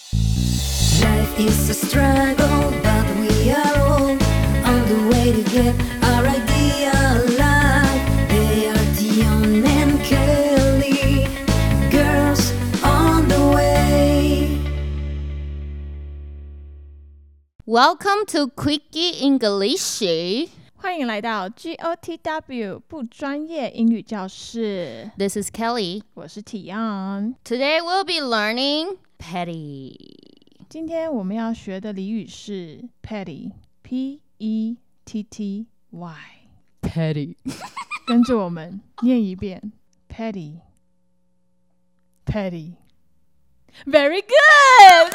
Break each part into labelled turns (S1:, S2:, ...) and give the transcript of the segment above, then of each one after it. S1: Life is a struggle, but we are all on the way to get our ideal life. They are Dion and Kelly, girls on the way.
S2: Welcome to Quickie English.
S3: 欢迎来到 GOTW 不专业英语教室，
S2: This is Kelly.
S3: 我是 Tian。
S2: Today we'll be learning petty.
S3: 今天我们要学的俚语是 petty，p e t t y。
S2: Petty.
S3: 跟着我们念一遍 petty，petty。Very good.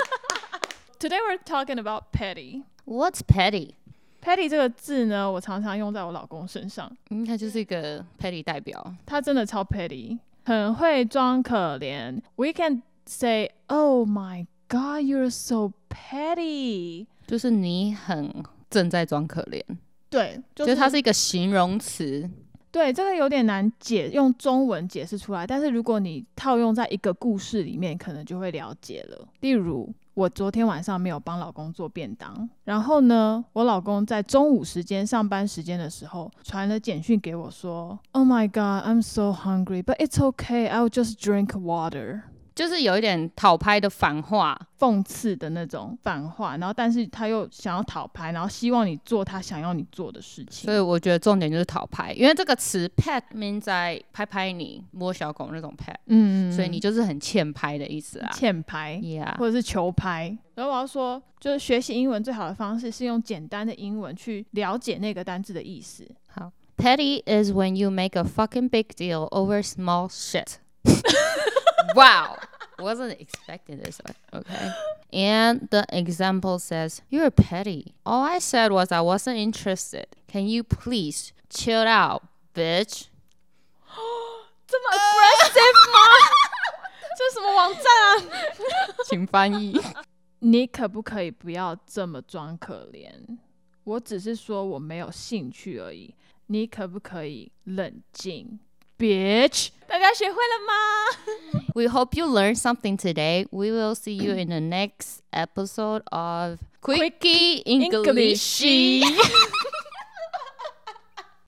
S3: Today we're talking about petty.
S2: What's petty?
S3: petty 这个字呢，我常常用在我老公身上。
S2: 嗯，它就是一个 petty 代表。
S3: 他真的超 petty，很会装可怜。We can say, "Oh my God, you're so petty."
S2: 就是你很正在装可怜，
S3: 对，就
S2: 就是它是一个形容词。
S3: 对这个有点难解，用中文解释出来。但是如果你套用在一个故事里面，可能就会了解了。例如，我昨天晚上没有帮老公做便当，然后呢，我老公在中午时间上班时间的时候传了简讯给我说：“Oh my God, I'm so hungry, but it's okay. I'll just drink water.”
S2: 就是有一点讨拍的反话，
S3: 讽刺的那种反话，然后但是他又想要讨牌，然后希望你做他想要你做的事情
S2: 所。以我觉得重点就是讨拍，因为这个词 pat means 在拍拍你、摸小狗那种 pat，、
S3: 嗯
S2: 所以你就是很欠拍的意思啊。
S3: 欠拍
S2: Yeah，
S3: 或者是求拍。然后我要说，就是学习英文最好的方式是用简单的英文去了解那个单字的意思。
S2: 好，petty is when you make a fucking big deal over small shit. wow, wasn't expecting this. one. Okay. And the example says, You're petty. All I said was I wasn't interested. Can you please chill out, bitch?
S3: 这
S2: 呃
S3: 么 aggressive 吗？ 这是什么网站啊？
S2: 请翻译。
S3: 你可不可以不要这么装可怜？我只是说我没有兴趣而已。你可不可以冷静？Bitch，大家学会了吗？
S2: We hope you learned something today. We will see you in the next episode of Quickie English.